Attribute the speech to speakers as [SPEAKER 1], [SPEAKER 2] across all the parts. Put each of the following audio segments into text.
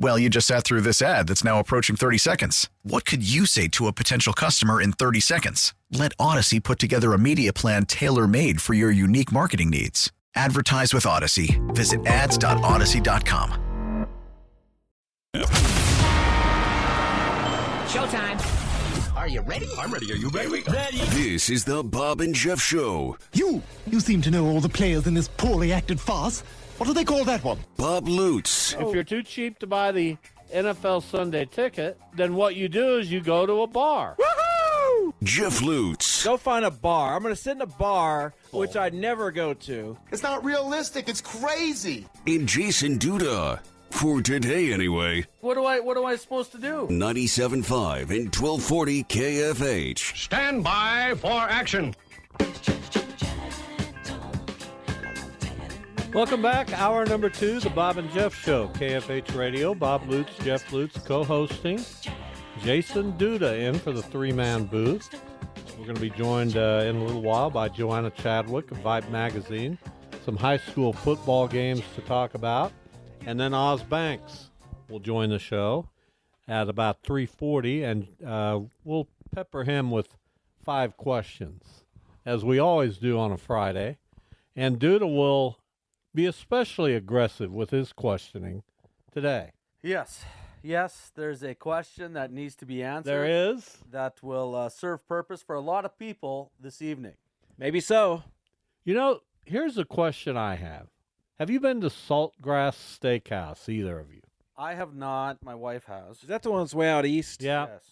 [SPEAKER 1] Well, you just sat through this ad that's now approaching 30 seconds. What could you say to a potential customer in 30 seconds? Let Odyssey put together a media plan tailor made for your unique marketing needs. Advertise with Odyssey. Visit ads.odyssey.com.
[SPEAKER 2] Showtime. Are you ready?
[SPEAKER 3] I'm ready. Are you ready?
[SPEAKER 4] This is the Bob and Jeff Show.
[SPEAKER 5] You! You seem to know all the players in this poorly acted farce. What do they call that one?
[SPEAKER 4] Bob Lutz,
[SPEAKER 6] Oh.
[SPEAKER 7] If you're too cheap to buy the NFL Sunday ticket, then what you do is you go to a bar.
[SPEAKER 4] Jeff Lutz,
[SPEAKER 6] Go find a bar. I'm going to sit in a bar, which
[SPEAKER 7] Oh.
[SPEAKER 6] I never go to.
[SPEAKER 8] It's not realistic. It's crazy.
[SPEAKER 4] and Jason Duda. For today, anyway,
[SPEAKER 6] What do I what am I supposed to do?
[SPEAKER 4] 97.5 and 1240 KFH.
[SPEAKER 3] Stand by for action.
[SPEAKER 7] Welcome back. Hour number two, the Bob and Jeff Show, KFH Radio. Bob Lutz, Jeff Lutz co hosting. Jason Duda in for the three man booth. We're going to be joined uh, in a little while by Joanna Chadwick of Vibe Magazine. Some high school football games to talk about. And then Oz Banks will join the show at about 3.40, and uh, we'll pepper him with five questions, as we always do on a Friday. And Duda will be especially aggressive with his questioning today.
[SPEAKER 6] Yes. Yes, there's a question that needs to be answered.
[SPEAKER 7] There is.
[SPEAKER 6] That will uh, serve purpose for a lot of people this evening. Maybe so.
[SPEAKER 7] You know, here's a question I have. Have you been to Saltgrass Steakhouse, either of you?
[SPEAKER 6] I have not. My wife has.
[SPEAKER 9] Is that the one that's way out east?
[SPEAKER 7] Yeah.
[SPEAKER 6] Yes.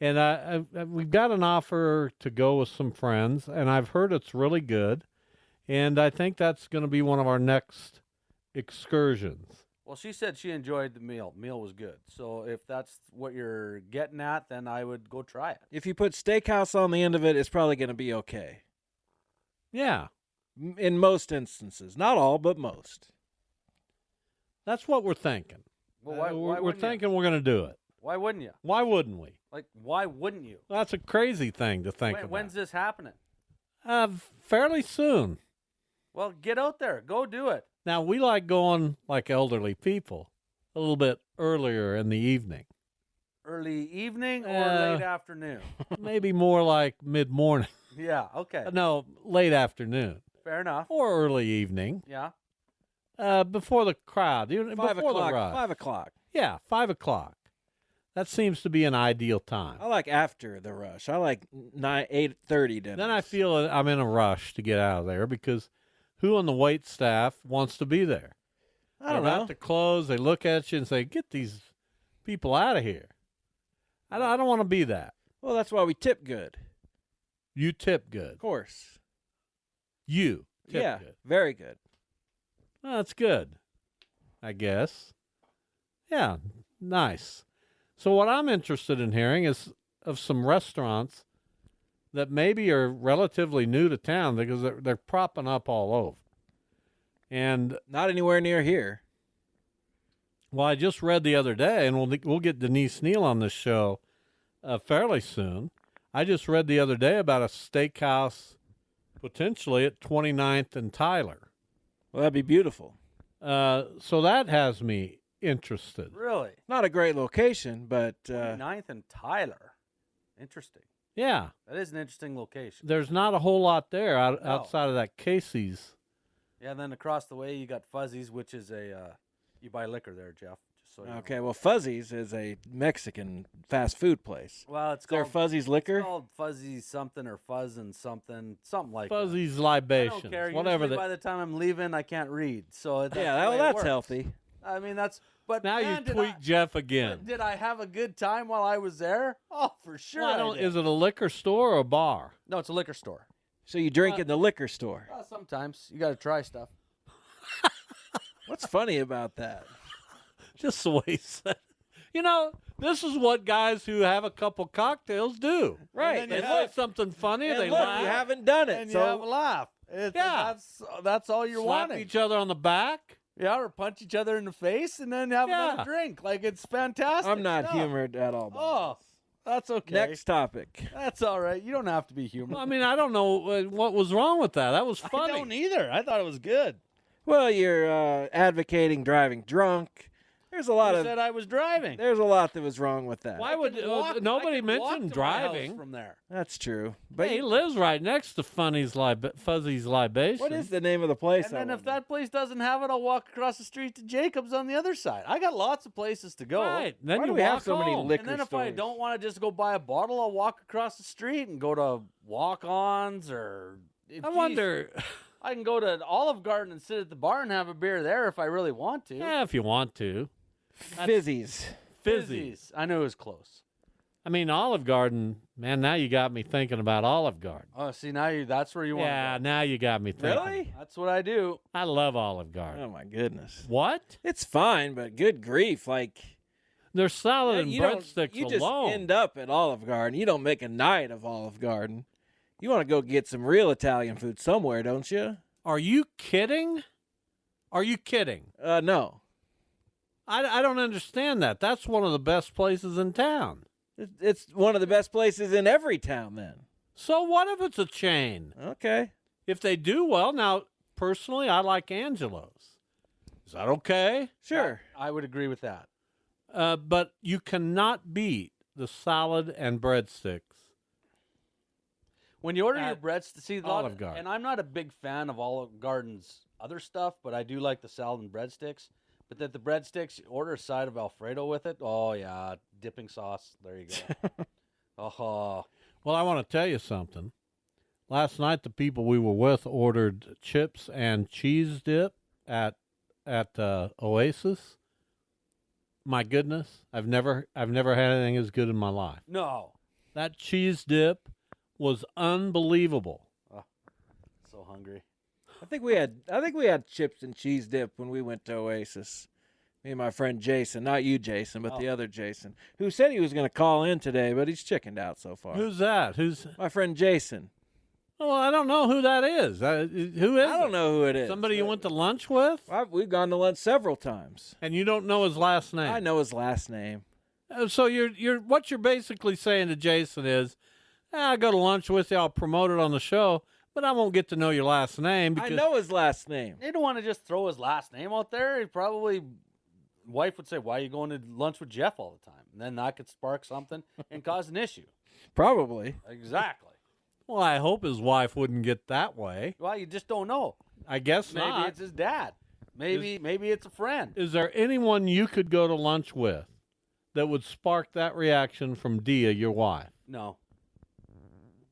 [SPEAKER 7] And I, I, I- we've got an offer to go with some friends, and I've heard it's really good. And I think that's going to be one of our next excursions.
[SPEAKER 6] Well, she said she enjoyed the meal. Meal was good. So if that's what you're getting at, then I would go try it.
[SPEAKER 9] If you put steakhouse on the end of it, it's probably going to be okay.
[SPEAKER 7] Yeah,
[SPEAKER 9] M- In most instances, not all, but most.
[SPEAKER 7] that's what we're thinking.
[SPEAKER 6] Well,
[SPEAKER 7] Uh,
[SPEAKER 6] why,
[SPEAKER 7] we're
[SPEAKER 6] why
[SPEAKER 7] we're
[SPEAKER 6] wouldn't you?
[SPEAKER 7] thinking we're going to do it.
[SPEAKER 6] Why wouldn't you?
[SPEAKER 7] Why wouldn't we?
[SPEAKER 6] Like, why wouldn't you?
[SPEAKER 7] That's a crazy thing to think
[SPEAKER 6] When-
[SPEAKER 7] about.
[SPEAKER 6] when's this happening?
[SPEAKER 7] Uh, fairly soon.
[SPEAKER 6] Well, get out there. Go do it.
[SPEAKER 7] Now we like going like elderly people a little bit earlier in the evening,
[SPEAKER 6] Early evening or
[SPEAKER 7] Uh,
[SPEAKER 6] late afternoon?
[SPEAKER 7] maybe more like mid morning.
[SPEAKER 6] yeah, okay.
[SPEAKER 7] No, late afternoon
[SPEAKER 6] Fair enough.
[SPEAKER 7] or early evening,
[SPEAKER 6] Yeah.
[SPEAKER 7] uh, before the crowd, even
[SPEAKER 9] Five
[SPEAKER 7] before
[SPEAKER 9] o'clock.
[SPEAKER 7] the rush.
[SPEAKER 9] Five o'clock.
[SPEAKER 7] Yeah, five o'clock. That seems to be an ideal time.
[SPEAKER 9] I like after the rush. I like nine eight thirty dinner.
[SPEAKER 7] Then I feel that I'm in a rush to get out of there because who on the wait staff wants to be there?
[SPEAKER 9] I don't
[SPEAKER 7] They're
[SPEAKER 9] know.
[SPEAKER 7] About to close, they look at you and say, "Get these people out of here." I don't, I don't want to be that.
[SPEAKER 9] Well, that's why we tip good.
[SPEAKER 7] You tip good.
[SPEAKER 9] Of course.
[SPEAKER 7] You tip
[SPEAKER 9] yeah.
[SPEAKER 7] good.
[SPEAKER 9] Very good.
[SPEAKER 7] Well, that's good, I guess. Yeah, nice. So what I'm interested in hearing is of some restaurants that maybe are relatively new to town because they're, they're propping up all over. And
[SPEAKER 9] Not anywhere near here.
[SPEAKER 7] Well, I just read the other day, and we'll we'll get Denise Neal on this show uh, fairly soon. I just read the other day about a steakhouse potentially at 29th and Tyler.
[SPEAKER 9] Well, that'd be beautiful.
[SPEAKER 7] Uh, so that has me interested.
[SPEAKER 6] Really?
[SPEAKER 9] Not a great location, but uh,
[SPEAKER 6] Ninth and Tyler. Interesting.
[SPEAKER 7] Yeah,
[SPEAKER 6] That is an interesting location.
[SPEAKER 7] there's not a whole lot there out,
[SPEAKER 6] No.
[SPEAKER 7] outside of that Casey's.
[SPEAKER 6] Yeah, and then across the way you got Fuzzies, which is a uh, you buy liquor there, Jeff. Just So you-
[SPEAKER 9] Okay, well, Fuzzy's is a Mexican fast food place.
[SPEAKER 6] Well, it's
[SPEAKER 9] Is there
[SPEAKER 6] called
[SPEAKER 9] Fuzzy's liquor?
[SPEAKER 6] It's called fuzzy something or fuzz and something, something like
[SPEAKER 7] Fuzzy's
[SPEAKER 6] that. I
[SPEAKER 7] libations,
[SPEAKER 6] don't care.
[SPEAKER 7] whatever.
[SPEAKER 6] Usually
[SPEAKER 7] The,
[SPEAKER 6] by the time I'm leaving, I can't read. So that's
[SPEAKER 9] yeah,
[SPEAKER 6] the
[SPEAKER 9] that,
[SPEAKER 6] way
[SPEAKER 9] well,
[SPEAKER 6] it
[SPEAKER 9] that's
[SPEAKER 6] works.
[SPEAKER 9] healthy.
[SPEAKER 6] I mean, that's but
[SPEAKER 7] now
[SPEAKER 6] man,
[SPEAKER 7] you
[SPEAKER 6] did
[SPEAKER 7] tweak
[SPEAKER 6] I-
[SPEAKER 7] Jeff again.
[SPEAKER 6] Did I have a good time while I was there? Oh, for sure.
[SPEAKER 7] Well, I
[SPEAKER 6] I
[SPEAKER 7] don't-
[SPEAKER 6] did.
[SPEAKER 7] is it a liquor store or a bar?
[SPEAKER 6] No, it's a liquor store.
[SPEAKER 9] So you drink in the liquor store.
[SPEAKER 6] Uh, sometimes you got to try stuff.
[SPEAKER 9] What's funny about that?
[SPEAKER 7] Just the way he said. it. You know, this is what guys who have a couple cocktails do.
[SPEAKER 9] Right,
[SPEAKER 7] And they
[SPEAKER 9] and
[SPEAKER 7] say
[SPEAKER 9] look-
[SPEAKER 7] something funny.
[SPEAKER 9] And
[SPEAKER 7] they
[SPEAKER 9] look,
[SPEAKER 7] laugh,
[SPEAKER 9] you haven't done it.
[SPEAKER 6] And
[SPEAKER 9] so
[SPEAKER 6] you have a laugh. It's,
[SPEAKER 7] Yeah.
[SPEAKER 6] that's that's all you're
[SPEAKER 7] slap
[SPEAKER 6] wanting.
[SPEAKER 7] each other on the back.
[SPEAKER 6] yeah, or punch each other in the face and then have
[SPEAKER 7] Yeah.
[SPEAKER 6] another drink. Like it's fantastic.
[SPEAKER 9] I'm not
[SPEAKER 6] stuff.
[SPEAKER 9] humored at all. by
[SPEAKER 6] Oh, that's okay.
[SPEAKER 9] this. Next topic.
[SPEAKER 6] That's all right. You don't have to be humorous.
[SPEAKER 7] I mean, I don't know uh, what was wrong with that. That was funny.
[SPEAKER 6] I don't either. I thought it was good.
[SPEAKER 9] Well, you're uh, advocating driving drunk. There's a lot
[SPEAKER 6] You
[SPEAKER 9] of
[SPEAKER 6] said I was driving.
[SPEAKER 9] there's a lot that was wrong with that.
[SPEAKER 7] Why would
[SPEAKER 6] could
[SPEAKER 7] uh,
[SPEAKER 6] walk- I
[SPEAKER 7] nobody
[SPEAKER 6] could walk
[SPEAKER 7] mention
[SPEAKER 6] to my house
[SPEAKER 7] driving?
[SPEAKER 6] from there?
[SPEAKER 9] That's true. But
[SPEAKER 7] But he lives right next to Funny's lib- Fuzzy's libation.
[SPEAKER 9] what is the name of the place?
[SPEAKER 6] And
[SPEAKER 9] I
[SPEAKER 6] then if
[SPEAKER 9] wonder?
[SPEAKER 6] that place doesn't have it, I'll walk across the street to Jacob's on the other side. I got lots of places to go.
[SPEAKER 7] Right. Then
[SPEAKER 9] Why
[SPEAKER 7] you
[SPEAKER 9] do we have
[SPEAKER 7] walk
[SPEAKER 9] so many
[SPEAKER 7] home.
[SPEAKER 9] liquor-
[SPEAKER 6] And then if I
[SPEAKER 9] stores.
[SPEAKER 6] don't want to just go buy a bottle, I'll walk across the street and go to walk-ons or.
[SPEAKER 7] I
[SPEAKER 6] Geez,
[SPEAKER 7] wonder.
[SPEAKER 6] I can go to an Olive Garden and sit at the bar and have a beer there if I really want to.
[SPEAKER 7] Yeah, if you want to.
[SPEAKER 9] Fizzies.
[SPEAKER 7] Fizzy.
[SPEAKER 6] Fizzies. I knew it was close.
[SPEAKER 7] I mean, Olive Garden. Man, now you got me thinking about Olive Garden.
[SPEAKER 6] Oh, see now you—that's where you want.
[SPEAKER 7] Yeah, now you got me thinking.
[SPEAKER 9] Really?
[SPEAKER 6] That's what I do.
[SPEAKER 7] I love Olive Garden.
[SPEAKER 9] Oh my goodness.
[SPEAKER 7] What?
[SPEAKER 9] It's fine, but good grief, like
[SPEAKER 7] They're salad and
[SPEAKER 9] you don't-
[SPEAKER 7] breadsticks
[SPEAKER 9] you just
[SPEAKER 7] alone.
[SPEAKER 9] end up at Olive Garden. You don't make a night of Olive Garden. You want to go get some real Italian food somewhere, don't you?
[SPEAKER 7] Are you kidding? Are you kidding?
[SPEAKER 9] Uh, no.
[SPEAKER 7] I, I don't understand that. That's one of the best places in town.
[SPEAKER 9] It- It's one of the best places in every town. Then
[SPEAKER 7] So what if it's a chain?
[SPEAKER 9] okay.
[SPEAKER 7] If they do well, now personally, I like Angelo's. Is that okay?
[SPEAKER 9] Sure.
[SPEAKER 7] Ah.
[SPEAKER 6] I would agree with that.
[SPEAKER 7] Uh, but you cannot beat the salad and breadsticks.
[SPEAKER 6] When you order your
[SPEAKER 7] At
[SPEAKER 6] breads to see a lot
[SPEAKER 7] Olive
[SPEAKER 6] of-
[SPEAKER 7] Garden.
[SPEAKER 6] and I'm not a big fan of Olive Garden's other stuff, but I do like the salad and breadsticks. But that the breadsticks, you order a side of Alfredo with it. Oh yeah, dipping sauce. There you go. oh,
[SPEAKER 7] Well, I want to tell you something. Last night, the people we were with ordered chips and cheese dip at at uh, Oasis. My goodness, I've never I've never had anything as good in my life.
[SPEAKER 6] no,
[SPEAKER 7] That cheese dip was unbelievable.
[SPEAKER 6] so hungry.
[SPEAKER 9] I think we had I think we had chips and cheese dip when we went to Oasis. Me and my friend Jason, not you Jason, but
[SPEAKER 7] Oh.
[SPEAKER 9] the other Jason, who said he was going to call in today, but he's chickened out so far.
[SPEAKER 7] Who's that? Who's?
[SPEAKER 9] my friend Jason?
[SPEAKER 7] Well, I don't know who that is. Uh, I, who is?
[SPEAKER 9] I don't
[SPEAKER 7] it?
[SPEAKER 9] know who it is. Uh,
[SPEAKER 7] Somebody you went to lunch with,
[SPEAKER 9] i we've gone to lunch several times.
[SPEAKER 7] and you don't know his last name.
[SPEAKER 9] I know his last name.
[SPEAKER 7] Uh, So you're you're what you're basically saying to Jason is, "Ah, I'll go to lunch with you. I'll promote it on the show, but I won't get to know your last name because
[SPEAKER 9] I know his last name.
[SPEAKER 6] They don't want to just throw his last name out there. He probably wife would say, "Why are you going to lunch with Jeff all the time?" And then that could spark something and cause an issue.
[SPEAKER 9] Probably.
[SPEAKER 6] Exactly.
[SPEAKER 7] Well, I hope his wife wouldn't get that way.
[SPEAKER 6] Well, you just don't know.
[SPEAKER 7] I guess
[SPEAKER 6] Maybe
[SPEAKER 7] not.
[SPEAKER 6] it's his dad. Maybe maybe it's a friend.
[SPEAKER 7] Is there anyone you could go to lunch with that would spark that reaction from Dia, your wife?
[SPEAKER 6] No.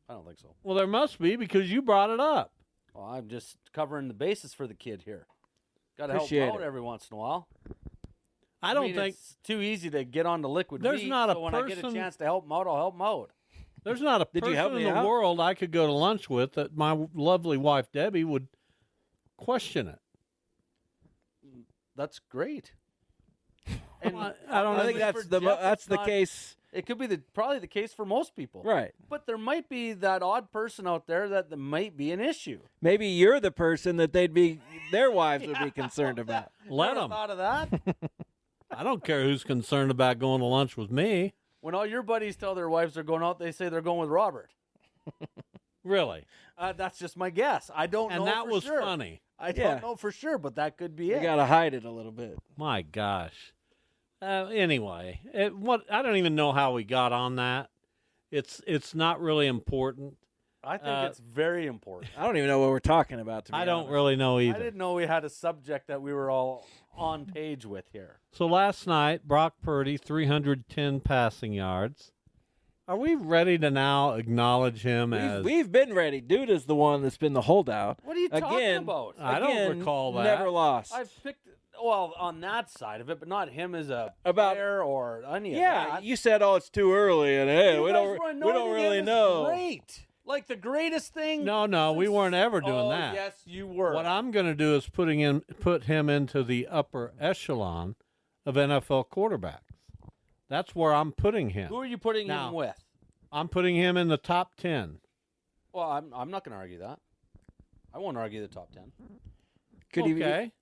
[SPEAKER 6] I don't think so.
[SPEAKER 7] Well, there must be because you brought it up.
[SPEAKER 6] Well, I'm just covering the bases for the kid here. Got to help
[SPEAKER 9] Appreciate
[SPEAKER 6] out
[SPEAKER 9] it.
[SPEAKER 6] every once in a while.
[SPEAKER 7] I don't
[SPEAKER 6] mean,
[SPEAKER 7] think
[SPEAKER 6] it's too easy to get on the liquid.
[SPEAKER 7] There's
[SPEAKER 6] meat,
[SPEAKER 7] not a
[SPEAKER 6] so when I get
[SPEAKER 7] person-
[SPEAKER 6] a chance to help him out, I'll help him out.
[SPEAKER 7] there's not a
[SPEAKER 9] Did
[SPEAKER 7] person
[SPEAKER 9] you help
[SPEAKER 7] in
[SPEAKER 9] me
[SPEAKER 7] the
[SPEAKER 9] out?
[SPEAKER 7] world I could go to lunch with that my lovely wife Debbie would question it.
[SPEAKER 6] That's great.
[SPEAKER 7] Well, I- I don't
[SPEAKER 9] I
[SPEAKER 6] honestly,
[SPEAKER 9] think that's
[SPEAKER 6] for
[SPEAKER 9] the mo
[SPEAKER 6] Jeff,
[SPEAKER 9] that's
[SPEAKER 6] it's
[SPEAKER 9] the
[SPEAKER 6] not-
[SPEAKER 9] case.
[SPEAKER 6] It could be the probably the case for most people,
[SPEAKER 9] Right.
[SPEAKER 6] But there might be that odd person out there that there might be an issue.
[SPEAKER 9] Maybe you're the person that they'd be their wives would be concerned about.
[SPEAKER 7] Let
[SPEAKER 6] Never
[SPEAKER 7] them.
[SPEAKER 6] Thought of that.
[SPEAKER 7] I don't care who's concerned about going to lunch with me.
[SPEAKER 6] when all your buddies tell their wives they're going out, they say they're going with Robert.
[SPEAKER 7] Really.
[SPEAKER 6] Uh, that's just my guess. I don't know.
[SPEAKER 7] And that
[SPEAKER 6] for
[SPEAKER 7] was
[SPEAKER 6] sure.
[SPEAKER 7] funny.
[SPEAKER 6] I
[SPEAKER 9] Yeah.
[SPEAKER 6] don't know for sure, but that could be
[SPEAKER 9] You
[SPEAKER 6] it.
[SPEAKER 9] got to hide it a little bit.
[SPEAKER 7] My gosh. Uh, anyway, it, what I don't even know how we got on that. It's it's not really important.
[SPEAKER 6] I think
[SPEAKER 9] Uh,
[SPEAKER 6] it's very important.
[SPEAKER 9] I don't even know what we're talking about. To be
[SPEAKER 7] I don't
[SPEAKER 9] honest.
[SPEAKER 7] really know
[SPEAKER 6] I
[SPEAKER 7] either.
[SPEAKER 6] didn't know we had a subject that we were all on page with here.
[SPEAKER 7] So last night, Brock Purdy, 310 passing yards. Are we ready to now acknowledge him as?
[SPEAKER 9] We've, we've been ready. Dude is the one that's been the holdout.
[SPEAKER 6] What are you talking
[SPEAKER 9] Again,
[SPEAKER 6] about?
[SPEAKER 7] I don't
[SPEAKER 9] Again,
[SPEAKER 7] recall that.
[SPEAKER 9] Never lost.
[SPEAKER 6] I've picked well on that side of it, but not him as a
[SPEAKER 9] About-
[SPEAKER 6] player or any of
[SPEAKER 9] yeah,
[SPEAKER 6] that.
[SPEAKER 9] you said, oh, it's too early, and hey,
[SPEAKER 6] You
[SPEAKER 9] we
[SPEAKER 6] guys
[SPEAKER 9] don't,
[SPEAKER 6] were
[SPEAKER 9] we don't
[SPEAKER 6] anointing
[SPEAKER 9] really
[SPEAKER 6] him as
[SPEAKER 9] know.
[SPEAKER 6] Great, like the greatest thing.
[SPEAKER 7] no, no, we weren't ever doing
[SPEAKER 6] oh,
[SPEAKER 7] that.
[SPEAKER 6] Yes, you were.
[SPEAKER 7] What I'm going to do is putting in put him into the upper echelon of NFL quarterbacks. That's where I'm putting him.
[SPEAKER 6] Who are you putting
[SPEAKER 7] Now-
[SPEAKER 6] him with?
[SPEAKER 7] I'm putting him in the top 10.
[SPEAKER 6] Well, I'm I'm not going to argue that. I won't argue the top ten.
[SPEAKER 9] Could he be
[SPEAKER 7] okay.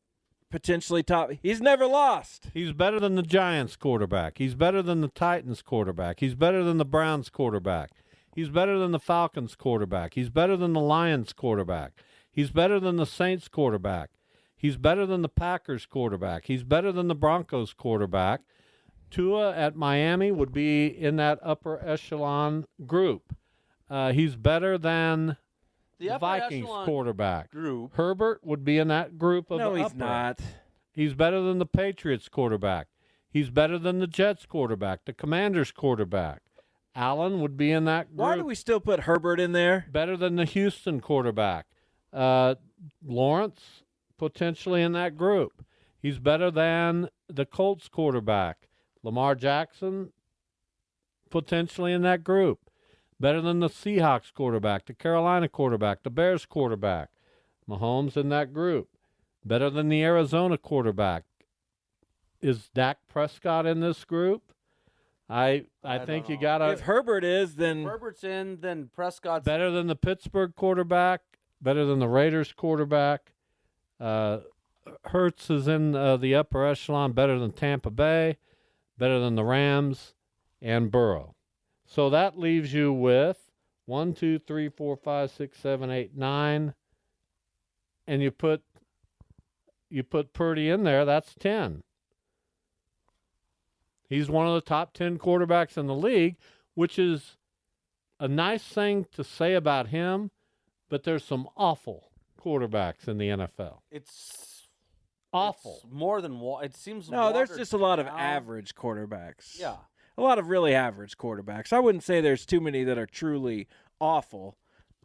[SPEAKER 9] potentially top? He's never lost.
[SPEAKER 7] He's better than the Giants quarterback. He's better than the Titans quarterback. He's better than the Browns quarterback. He's better than the Falcons quarterback. He's better than the Lions quarterback. He's better than the Saints quarterback. He's better than the Packers quarterback. He's better than the Broncos quarterback. Tua at Miami would be in that upper echelon group. Uh, he's better than
[SPEAKER 6] The, upper
[SPEAKER 7] Vikings
[SPEAKER 6] echelon
[SPEAKER 7] quarterback.
[SPEAKER 6] group.
[SPEAKER 7] Herbert would be in that group of
[SPEAKER 9] No,
[SPEAKER 7] the
[SPEAKER 9] he's
[SPEAKER 7] upper.
[SPEAKER 9] not.
[SPEAKER 7] He's better than the Patriots quarterback. He's better than the Jets quarterback, the Commanders quarterback. Allen would be in that group.
[SPEAKER 9] Why do we still put Herbert in there?
[SPEAKER 7] better than the Houston quarterback? Uh, Lawrence potentially in that group. He's better than the Colts quarterback. Lamar Jackson potentially in that group. Better than the Seahawks quarterback, the Carolina quarterback, the Bears quarterback. Mahomes in that group. Better than the Arizona quarterback. Is Dak Prescott in this group? I I,
[SPEAKER 6] I
[SPEAKER 7] think
[SPEAKER 6] don't
[SPEAKER 7] you
[SPEAKER 6] know.
[SPEAKER 7] got to
[SPEAKER 9] if Herbert is, then
[SPEAKER 6] Herbert's in, then Prescott's.
[SPEAKER 7] better than the Pittsburgh quarterback, better than the Raiders quarterback. Uh, Hertz is in uh, the upper echelon, better than Tampa Bay, better than the Rams, and Burrow. So that leaves you with one, two, three, four, five, six, seven, eight, nine, and you put you put Purdy in there. That's ten. He's one of the top ten quarterbacks in the league, which is a nice thing to say about him, but there's some awful quarterbacks in the NFL.
[SPEAKER 6] It's
[SPEAKER 7] Awful.
[SPEAKER 6] it's more than wa- it seems.
[SPEAKER 9] no, there's
[SPEAKER 6] watered
[SPEAKER 9] just a lot of
[SPEAKER 6] down.
[SPEAKER 9] average quarterbacks.
[SPEAKER 6] Yeah,
[SPEAKER 9] a lot of really average quarterbacks. I wouldn't say there's too many that are truly awful,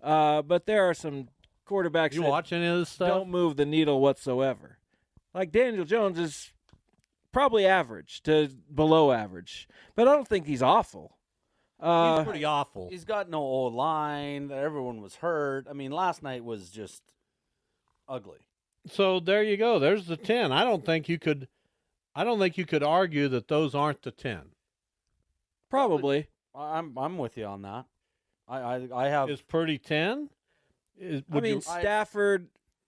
[SPEAKER 9] uh, but there are some quarterbacks
[SPEAKER 7] you
[SPEAKER 9] that
[SPEAKER 7] watch any of this stuff?
[SPEAKER 9] don't move the needle whatsoever. Like Daniel Jones is probably average to below average, but I don't think he's awful. Uh,
[SPEAKER 7] pretty awful.
[SPEAKER 6] he's got no old line. Everyone was hurt. I mean, last night was just ugly.
[SPEAKER 7] So there you go. There's the ten. I don't think you could. I don't think you could argue that those aren't the ten.
[SPEAKER 9] probably.
[SPEAKER 6] I- I'm I'm with you on that. I I, I have
[SPEAKER 7] Is Purdy ten? Is,
[SPEAKER 9] I
[SPEAKER 7] would
[SPEAKER 9] mean,
[SPEAKER 7] you- Mm-hmm.
[SPEAKER 6] I-
[SPEAKER 9] Stafford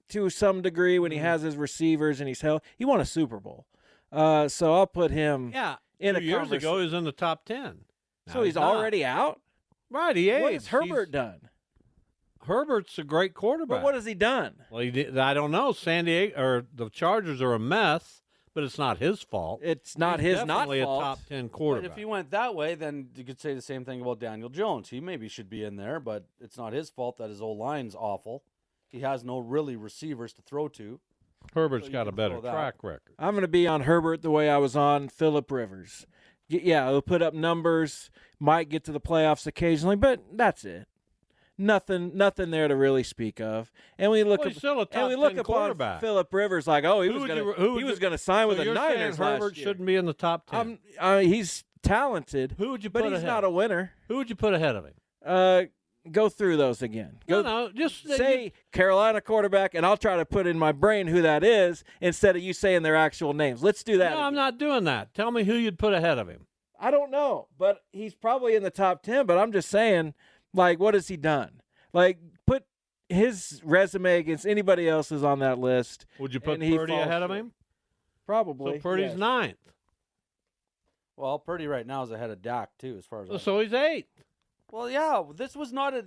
[SPEAKER 9] to some degree when he has his receivers and he's held, he won a Super Bowl. Uh, so I'll put him.
[SPEAKER 7] yeah.
[SPEAKER 9] in
[SPEAKER 7] Mm. two
[SPEAKER 9] a
[SPEAKER 7] years ago,
[SPEAKER 9] conversa-
[SPEAKER 7] he was in the top ten.
[SPEAKER 9] So
[SPEAKER 7] Now
[SPEAKER 9] he's
[SPEAKER 7] not.
[SPEAKER 9] already out.
[SPEAKER 7] right. He aged.
[SPEAKER 9] What has
[SPEAKER 7] He's-
[SPEAKER 9] Herbert done?
[SPEAKER 7] Herbert's a great quarterback.
[SPEAKER 9] But what has he done?
[SPEAKER 7] well, he did, I don't know. San Diego or the Chargers are a mess, but it's not his fault.
[SPEAKER 9] It's not
[SPEAKER 7] He's
[SPEAKER 9] his not
[SPEAKER 7] definitely a
[SPEAKER 9] fault.
[SPEAKER 7] top ten
[SPEAKER 6] But
[SPEAKER 7] quarterback.
[SPEAKER 6] if he went that way, then you could say the same thing about Daniel Jones. He maybe should be in there, but it's not his fault that his old line's awful. He has no really receivers to throw to.
[SPEAKER 7] Herbert's
[SPEAKER 6] So you
[SPEAKER 7] got a
[SPEAKER 6] can
[SPEAKER 7] better
[SPEAKER 6] throw that.
[SPEAKER 7] track record.
[SPEAKER 9] I'm going to be on Herbert the way I was on Philip Rivers. Y- Yeah, he'll put up numbers, might get to the playoffs occasionally, but that's it. Nothing, nothing there to really speak of. And we look
[SPEAKER 7] Well,
[SPEAKER 9] up,
[SPEAKER 7] he's still a
[SPEAKER 9] and we
[SPEAKER 7] top
[SPEAKER 9] look
[SPEAKER 7] 10
[SPEAKER 9] upon
[SPEAKER 7] quarterback.
[SPEAKER 9] Philip Rivers like, oh, he
[SPEAKER 7] Who
[SPEAKER 9] was
[SPEAKER 7] would
[SPEAKER 9] going
[SPEAKER 7] you-
[SPEAKER 9] to
[SPEAKER 7] who would
[SPEAKER 9] he was
[SPEAKER 7] you-
[SPEAKER 9] going to sign with
[SPEAKER 7] so
[SPEAKER 9] the
[SPEAKER 7] you're saying
[SPEAKER 9] Niners last
[SPEAKER 7] Herbert
[SPEAKER 9] year.
[SPEAKER 7] shouldn't be in the top 10
[SPEAKER 9] I'm, uh, he's talented,
[SPEAKER 7] Who would you
[SPEAKER 9] but
[SPEAKER 7] put
[SPEAKER 9] he's
[SPEAKER 7] ahead?
[SPEAKER 9] not a winner.
[SPEAKER 7] Who would you put ahead of him?
[SPEAKER 9] Uh, go through those again. Go,
[SPEAKER 7] no, no, just that
[SPEAKER 9] say Carolina quarterback, and I'll try to put in my brain who that is instead of you saying their actual names. Let's do
[SPEAKER 7] you-
[SPEAKER 9] that.
[SPEAKER 7] no, I'm
[SPEAKER 9] again.
[SPEAKER 7] not doing that. Tell me who you'd put ahead of him.
[SPEAKER 9] I don't know, but he's probably in the top ten. But I'm just saying, like, what has he done? Like, put his resume against anybody else's on that list.
[SPEAKER 7] Would you put
[SPEAKER 9] And he
[SPEAKER 7] Purdy
[SPEAKER 9] falls
[SPEAKER 7] ahead of
[SPEAKER 9] short.
[SPEAKER 7] him?
[SPEAKER 9] Probably.
[SPEAKER 7] So Purdy's
[SPEAKER 9] yes.
[SPEAKER 7] ninth.
[SPEAKER 6] Well, Purdy right now is ahead of Dak too, as far as. I
[SPEAKER 7] So he's eighth.
[SPEAKER 6] well, yeah, this was not a.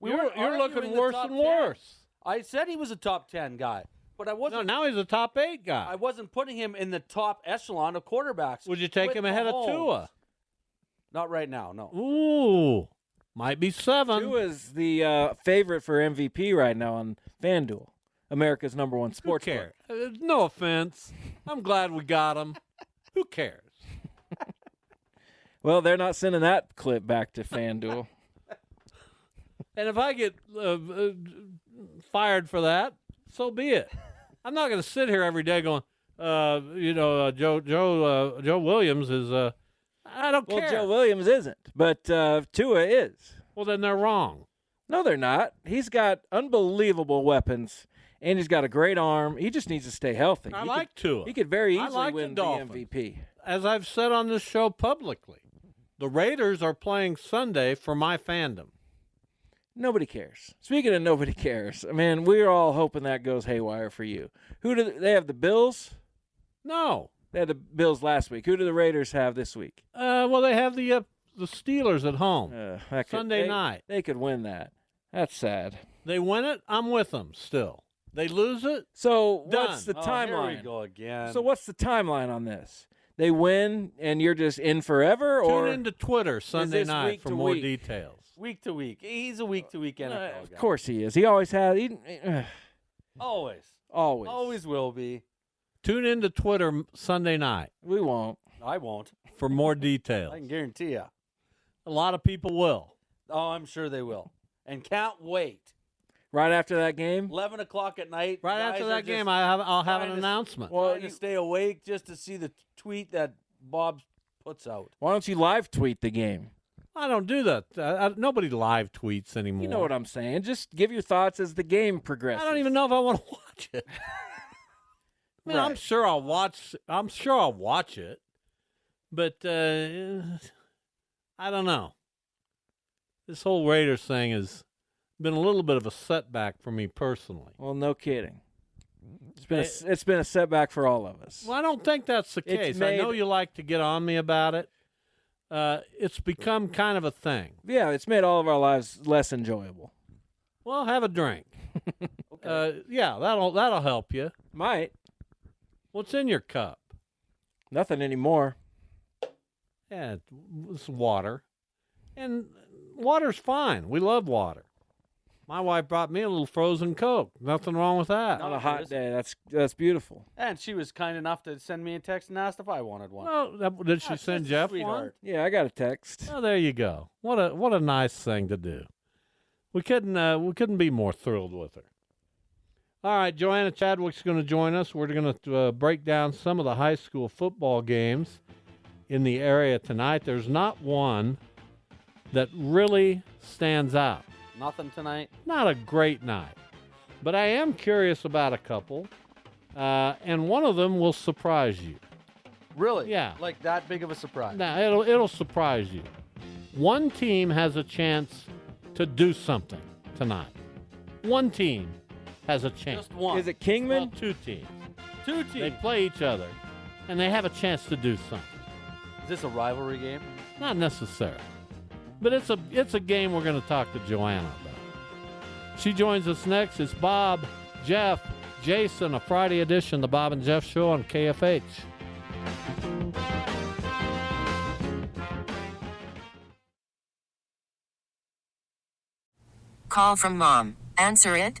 [SPEAKER 6] We
[SPEAKER 7] you're
[SPEAKER 6] weren't
[SPEAKER 7] you're looking
[SPEAKER 6] arguing the
[SPEAKER 7] worse
[SPEAKER 6] top
[SPEAKER 7] and
[SPEAKER 6] 10.
[SPEAKER 7] worse.
[SPEAKER 6] I said he was a top ten guy, but I
[SPEAKER 7] No,
[SPEAKER 6] wasn't.
[SPEAKER 7] now he's a top eight guy.
[SPEAKER 6] I wasn't putting him in the top echelon of quarterbacks.
[SPEAKER 7] Would you take
[SPEAKER 6] with
[SPEAKER 7] him ahead
[SPEAKER 6] Mahomes.
[SPEAKER 7] of Tua?
[SPEAKER 6] Not right now, no.
[SPEAKER 7] Ooh, Might be seven.
[SPEAKER 9] Who is the uh, favorite for MVP right now on FanDuel? America's number one
[SPEAKER 7] Who
[SPEAKER 9] sports book.
[SPEAKER 7] cares? Uh, No offense. I'm glad we got him. Who cares?
[SPEAKER 9] Well, they're not sending that clip back to FanDuel.
[SPEAKER 7] And if I get uh, uh, fired for that, so be it. I'm not going to sit here every day going, uh, you know, uh, Joe Joe uh, Joe Williams is. Uh, I don't
[SPEAKER 9] well,
[SPEAKER 7] care.
[SPEAKER 9] Joe Williams isn't, but uh, Tua is.
[SPEAKER 7] well, then they're wrong.
[SPEAKER 9] No, they're not. He's got unbelievable weapons, and he's got a great arm. He just needs to stay healthy.
[SPEAKER 7] I
[SPEAKER 9] he
[SPEAKER 7] like
[SPEAKER 9] could,
[SPEAKER 7] Tua.
[SPEAKER 9] He could very
[SPEAKER 7] I
[SPEAKER 9] easily
[SPEAKER 7] like the
[SPEAKER 9] win the,
[SPEAKER 7] Dolphins.
[SPEAKER 9] MVP.
[SPEAKER 7] As I've said on this show publicly, the Raiders are playing Sunday for my fandom.
[SPEAKER 9] Nobody cares. Speaking of nobody cares, I mean, we're all hoping that goes haywire for you. Who do they have? The Bills.
[SPEAKER 7] No,
[SPEAKER 9] They had the Bills last week. Who do the Raiders have this week?
[SPEAKER 7] uh, well, they have the uh, the Steelers at home.
[SPEAKER 9] Uh, that could-
[SPEAKER 7] Sunday
[SPEAKER 9] they-
[SPEAKER 7] night.
[SPEAKER 9] They could win that. That's sad.
[SPEAKER 7] They win it. I'm with them still. They lose it.
[SPEAKER 9] So
[SPEAKER 7] Done.
[SPEAKER 9] what's the
[SPEAKER 6] Oh, Here we
[SPEAKER 9] timeline?
[SPEAKER 6] go again.
[SPEAKER 9] So what's the timeline on this? They win and you're just in forever, or
[SPEAKER 7] Tune into Twitter Sunday
[SPEAKER 9] this
[SPEAKER 7] night
[SPEAKER 9] week
[SPEAKER 7] for
[SPEAKER 9] to
[SPEAKER 7] more
[SPEAKER 9] week?
[SPEAKER 7] details.
[SPEAKER 6] Week to week. He's a week to week NFL
[SPEAKER 9] Uh,
[SPEAKER 6] guy.
[SPEAKER 9] of course he is. He always has. He, uh,
[SPEAKER 6] Always.
[SPEAKER 9] always.
[SPEAKER 6] Always will be.
[SPEAKER 7] Tune into Twitter m- Sunday night
[SPEAKER 9] We won't.
[SPEAKER 6] I won't.
[SPEAKER 7] for more details.
[SPEAKER 6] I can guarantee you.
[SPEAKER 7] A lot of people will.
[SPEAKER 6] Oh, I'm sure they will. And can't wait.
[SPEAKER 9] Right after that game.
[SPEAKER 6] 11 o'clock at night.
[SPEAKER 7] Right
[SPEAKER 6] guys
[SPEAKER 7] after
[SPEAKER 6] are
[SPEAKER 7] that
[SPEAKER 6] just
[SPEAKER 7] game, I have, I'll have
[SPEAKER 6] trying
[SPEAKER 7] an
[SPEAKER 6] to s-
[SPEAKER 7] announcement.
[SPEAKER 9] Well,
[SPEAKER 6] trying
[SPEAKER 9] you-
[SPEAKER 6] to stay awake just to see the tweet that Bob puts out.
[SPEAKER 9] Why don't you live tweet the game?
[SPEAKER 7] I don't do that. I, I, nobody live tweets anymore.
[SPEAKER 9] You know what I'm saying. Just give your thoughts as the game progresses.
[SPEAKER 7] I don't even know if I want to watch it. I mean, I'm
[SPEAKER 9] Right.
[SPEAKER 7] sure I'll watch. I'm sure I'll watch it, but uh, I don't know. This whole Raiders thing has been a little bit of a setback for me personally.
[SPEAKER 9] Well, no kidding. It's been a, s- it's been a setback for all of us.
[SPEAKER 7] Well, I don't think that's the
[SPEAKER 9] It's
[SPEAKER 7] case.
[SPEAKER 9] made-
[SPEAKER 7] I know you like to get on me about it. Uh, it's become kind of a thing.
[SPEAKER 9] Yeah, it's made all of our lives less enjoyable.
[SPEAKER 7] Well, have a drink. uh, yeah, that'll that'll help you.
[SPEAKER 9] Might
[SPEAKER 7] What's in your cup?
[SPEAKER 9] nothing anymore.
[SPEAKER 7] Yeah, it's water, and water's fine. We love water. My wife brought me a little frozen Coke. Nothing wrong with that.
[SPEAKER 9] On
[SPEAKER 6] there
[SPEAKER 9] a hot
[SPEAKER 6] isn't.
[SPEAKER 9] day, that's that's beautiful.
[SPEAKER 6] And she was kind enough to send me a text and asked if I wanted one.
[SPEAKER 7] Well, that, did she
[SPEAKER 6] Ah,
[SPEAKER 7] send
[SPEAKER 6] she's a
[SPEAKER 7] Jeff one?
[SPEAKER 6] sweetheart.
[SPEAKER 9] Yeah, I got a text.
[SPEAKER 7] Oh, there you go. What a what a nice thing to do. We couldn't uh, we couldn't be more thrilled with her. All right, Joanna Chadwick's going to join us. We're going to uh, break down some of the high school football games in the area tonight. There's not one that really stands out.
[SPEAKER 6] Nothing tonight.
[SPEAKER 7] Not a great night, but I am curious about a couple, uh, and one of them will surprise you.
[SPEAKER 6] Really?
[SPEAKER 7] Yeah.
[SPEAKER 6] Like that big of a surprise.
[SPEAKER 7] Now it'll it'll surprise you. One team has a chance to do something tonight. One team has a chance.
[SPEAKER 6] Just one.
[SPEAKER 9] Is it
[SPEAKER 7] Well,
[SPEAKER 9] Kingman?
[SPEAKER 7] two teams.
[SPEAKER 6] two
[SPEAKER 7] They
[SPEAKER 6] teams?
[SPEAKER 7] play each other, and they have a chance to do something.
[SPEAKER 6] Is this a rivalry game?
[SPEAKER 7] Not necessary, but it's a it's a game we're going to talk to Joanna about. She joins us next. It's Bob, Jeff, Jason, a Friday edition of the Bob and Jeff Show on KFH.
[SPEAKER 10] Call from mom. Answer it.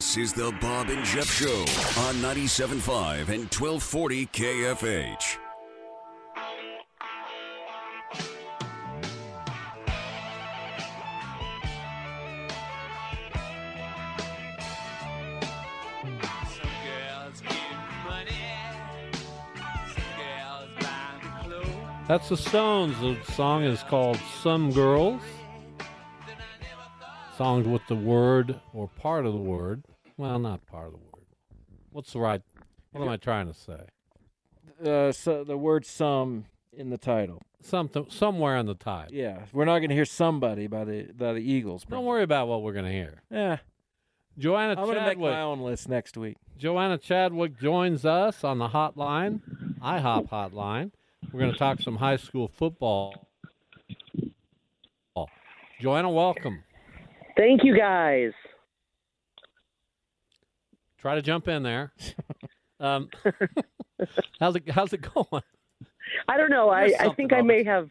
[SPEAKER 4] This is the Bob and Jeff Show on 97.5 and 1240 KFH.
[SPEAKER 7] That's the Stones. The song is called Some Girls. Songs with the word or part of the word. Well, not part of the word. What's the right? What am I trying to say?
[SPEAKER 11] Uh, so the word "some" in the title.
[SPEAKER 7] Something somewhere in the title.
[SPEAKER 11] Yeah, we're not going to hear "somebody" by the by the Eagles.
[SPEAKER 7] Don't worry about what we're going to hear.
[SPEAKER 11] Yeah.
[SPEAKER 7] Joanna
[SPEAKER 11] I'm going to
[SPEAKER 7] Chadwick.
[SPEAKER 11] make my own list next week.
[SPEAKER 7] Joanna Chadwick joins us on the hotline, IHOP hotline. We're going to talk some high school football. Joanna, welcome.
[SPEAKER 9] Thank you guys.
[SPEAKER 7] Try to jump in there. Um, how's it How's it going?
[SPEAKER 9] I don't know. I,
[SPEAKER 7] There's
[SPEAKER 9] I think I may have.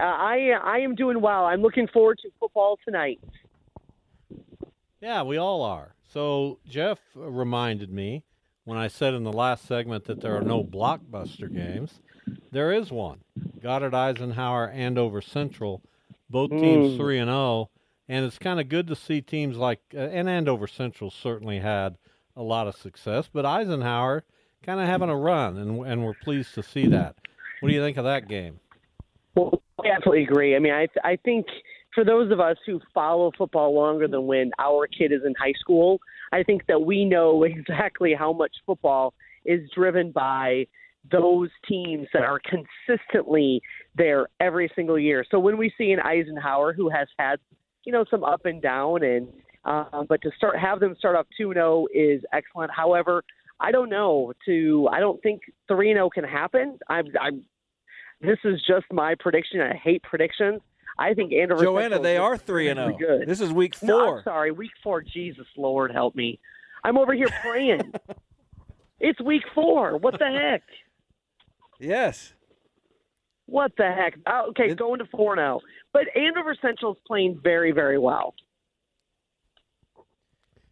[SPEAKER 9] Uh, I I am doing well. I'm looking forward to football tonight.
[SPEAKER 7] Yeah, we all are. So Jeff reminded me when I said in the last segment that there are no blockbuster games. There is one. Goddard Eisenhower, Andover Central, both teams
[SPEAKER 9] Hmm.
[SPEAKER 12] Mm.
[SPEAKER 7] three and zero, and it's kind of good to see teams like uh, and Andover Central certainly had a lot of success, but Eisenhower kind of having a run, and and we're pleased to see that. What do you think of that game?
[SPEAKER 9] Well, I absolutely agree. I mean, I I think for those of us who follow football longer than when our kid is in high school, I think that we know exactly how much football is driven by those teams that are consistently there every single year. So when we see an Eisenhower who has had, you know, some up and down and um, but to start have them start off 2-0 is excellent. However, I don't know to I don't think 3-0 can happen. I'm I'm this is just my prediction. I hate predictions. I think Andover
[SPEAKER 11] Joanna,
[SPEAKER 9] Central
[SPEAKER 11] they
[SPEAKER 9] is
[SPEAKER 11] are three and
[SPEAKER 9] really
[SPEAKER 11] zero.
[SPEAKER 9] Good.
[SPEAKER 11] This is week four.
[SPEAKER 9] No, I'm sorry, week four. Jesus Lord, help me. I'm over here praying. it's week four. What the heck?
[SPEAKER 11] Yes.
[SPEAKER 9] What the heck? Oh, okay, going to four now. But Andover Central's playing very, very well.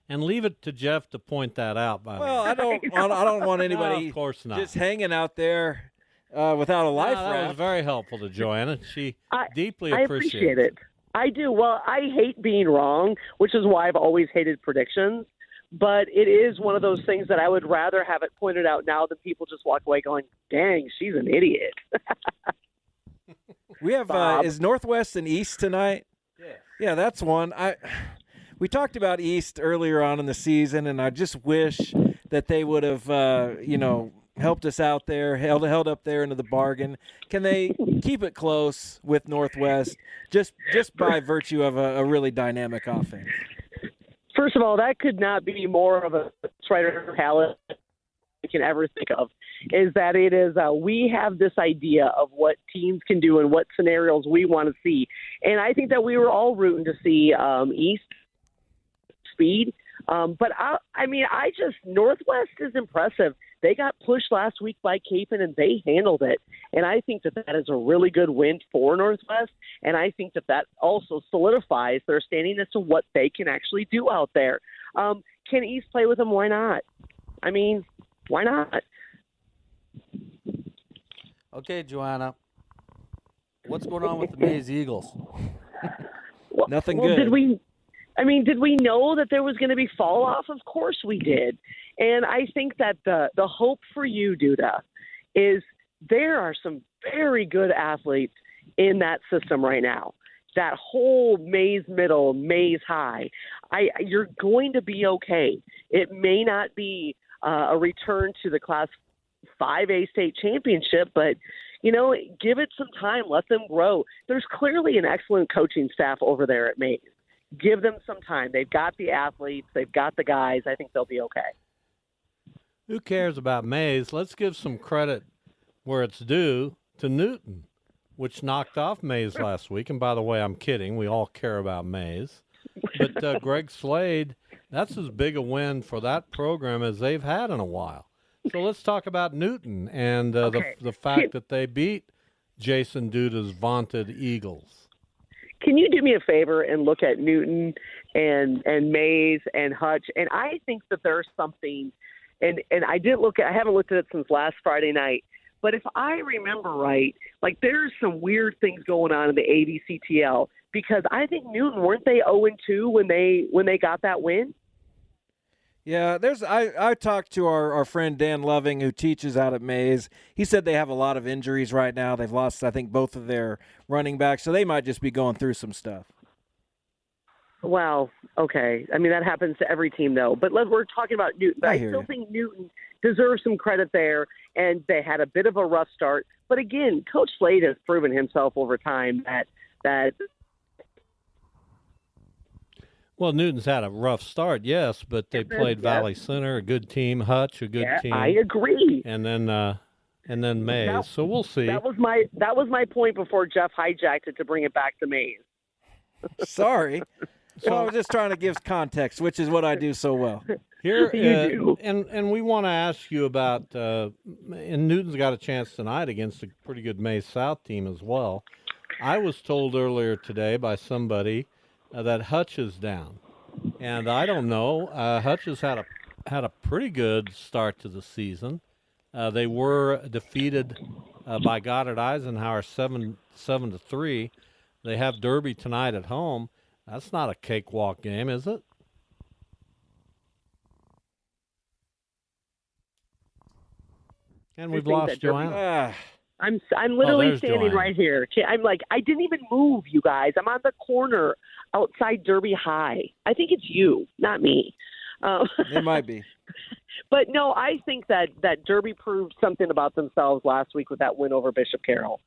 [SPEAKER 7] And leave it to Jeff to point that out. By the way.
[SPEAKER 11] Well, I don't. want, I don't want anybody.
[SPEAKER 7] No, of course not.
[SPEAKER 11] Just hanging out there uh, without a
[SPEAKER 7] No,
[SPEAKER 11] life
[SPEAKER 7] that was
[SPEAKER 11] raft.
[SPEAKER 7] very helpful to Joanna. She
[SPEAKER 9] I-
[SPEAKER 7] deeply
[SPEAKER 9] I
[SPEAKER 7] appreciates
[SPEAKER 9] appreciate it. I do. Well, I hate being wrong, which is why I've always hated predictions. But it is one of those things that I would rather have it pointed out now than people just walk away going, "Dang, she's an idiot."
[SPEAKER 11] We have uh,
[SPEAKER 9] Bob.
[SPEAKER 11] is Northwest and East tonight. Yeah. Yeah, that's one. I we talked about East earlier on in the season, and I just wish that they would have uh, you know helped us out there, held held up there into the bargain. Can they keep it close with Northwest just just by virtue of a, a really dynamic offense?
[SPEAKER 9] First of all, that could not be more of a writer palette I can ever think of. Is that it is uh, we have this idea of what teams can do and what scenarios we want to see, and I think that we were all rooting to see um, East speed. Um, but I, I mean, I just Northwest is impressive. They got pushed last week by Capen, and they handled it. And I think that that is a really good win for Northwest. And I think that that also solidifies their standing as to what they can actually do out there. Um, can East play with them? Why not? I mean, why not?
[SPEAKER 6] Okay, Joanna. What's going on with the Mays Eagles?
[SPEAKER 11] Nothing
[SPEAKER 9] well,
[SPEAKER 11] good.
[SPEAKER 9] Did we? I mean, did we know that there was going to be fall off? Of course we did. And I think that the the hope for you, Duda, is there are some very good athletes in that system right now. That whole maze middle, maze high. I you're going to be okay. It may not be uh, a return to the class 5A state championship, but you know, give it some time, let them grow. There's clearly an excellent coaching staff over there at Maine. Give them some time. They've got the athletes, they've got the guys. I think they'll be okay.
[SPEAKER 7] Who cares about Mays? Let's give some credit where it's due to Newton, which knocked off Mays last week. And by the way, I'm kidding. We all care about Mays. But uh, Greg Slade, that's as big a win for that program as they've had in a while. So let's talk about Newton and uh,
[SPEAKER 9] Okay.
[SPEAKER 7] the, the fact that they beat Jason Duda's vaunted Eagles.
[SPEAKER 9] Can you do me a favor and look at Newton and and Mays and Hutch? And I think that there's something and and I didn't look at I haven't looked at it since last Friday night. But if I remember right, like there's some weird things going on in the ABCTL oh because I think Newton weren't they 0 and 2 when they when they got that win? Yeah, there's I I talked to our, our friend Dan Loving who teaches out at Mays. He said they have a lot of injuries right now. They've lost I think both of their running backs, so they might just be going through some stuff.
[SPEAKER 13] Wow. Okay. I mean that happens to every team though. But let, we're talking about Newton. But
[SPEAKER 9] I
[SPEAKER 13] I,
[SPEAKER 9] hear
[SPEAKER 13] still
[SPEAKER 9] you.
[SPEAKER 13] think Newton deserves some credit there, and they had a bit of a rough start. But again, Coach Slade has proven himself over time that that
[SPEAKER 7] Well, Newton's had a rough start, yes, but they played
[SPEAKER 13] Yep.
[SPEAKER 7] Valley Center, a good team, Hutch, a good
[SPEAKER 13] Yeah,
[SPEAKER 7] team.
[SPEAKER 13] I agree.
[SPEAKER 7] And then uh and then Mays.
[SPEAKER 13] That-
[SPEAKER 7] so we'll see.
[SPEAKER 13] that was my that was my point before Jeff hijacked it to bring it back to Mays.
[SPEAKER 9] Sorry. so I was just trying to give context, which is what I do so well.
[SPEAKER 7] Here, uh, and and we want to ask you about, uh, and Newton's got a chance tonight against a pretty good May South team as well. I was told earlier today by somebody uh, that Hutch is down, and I don't know. Uh, Hutch has had a had a pretty good start to the season. Uh, they were defeated uh, by Goddard Eisenhower seven seven to three. They have Derby tonight at home. That's not a cakewalk game, is it? And we've
[SPEAKER 13] I think
[SPEAKER 7] lost
[SPEAKER 13] that Derby-
[SPEAKER 7] Joanna.
[SPEAKER 9] Ah,
[SPEAKER 13] I'm I'm literally
[SPEAKER 7] Oh, there's
[SPEAKER 13] standing
[SPEAKER 7] Joanna.
[SPEAKER 13] right here. Ch- I'm like I didn't even move, you guys. I'm on the corner outside Derby High. I think it's you, not me. Um,
[SPEAKER 9] It might be.
[SPEAKER 13] but no, I think that that Derby proved something about themselves last week with that win over Bishop Carroll,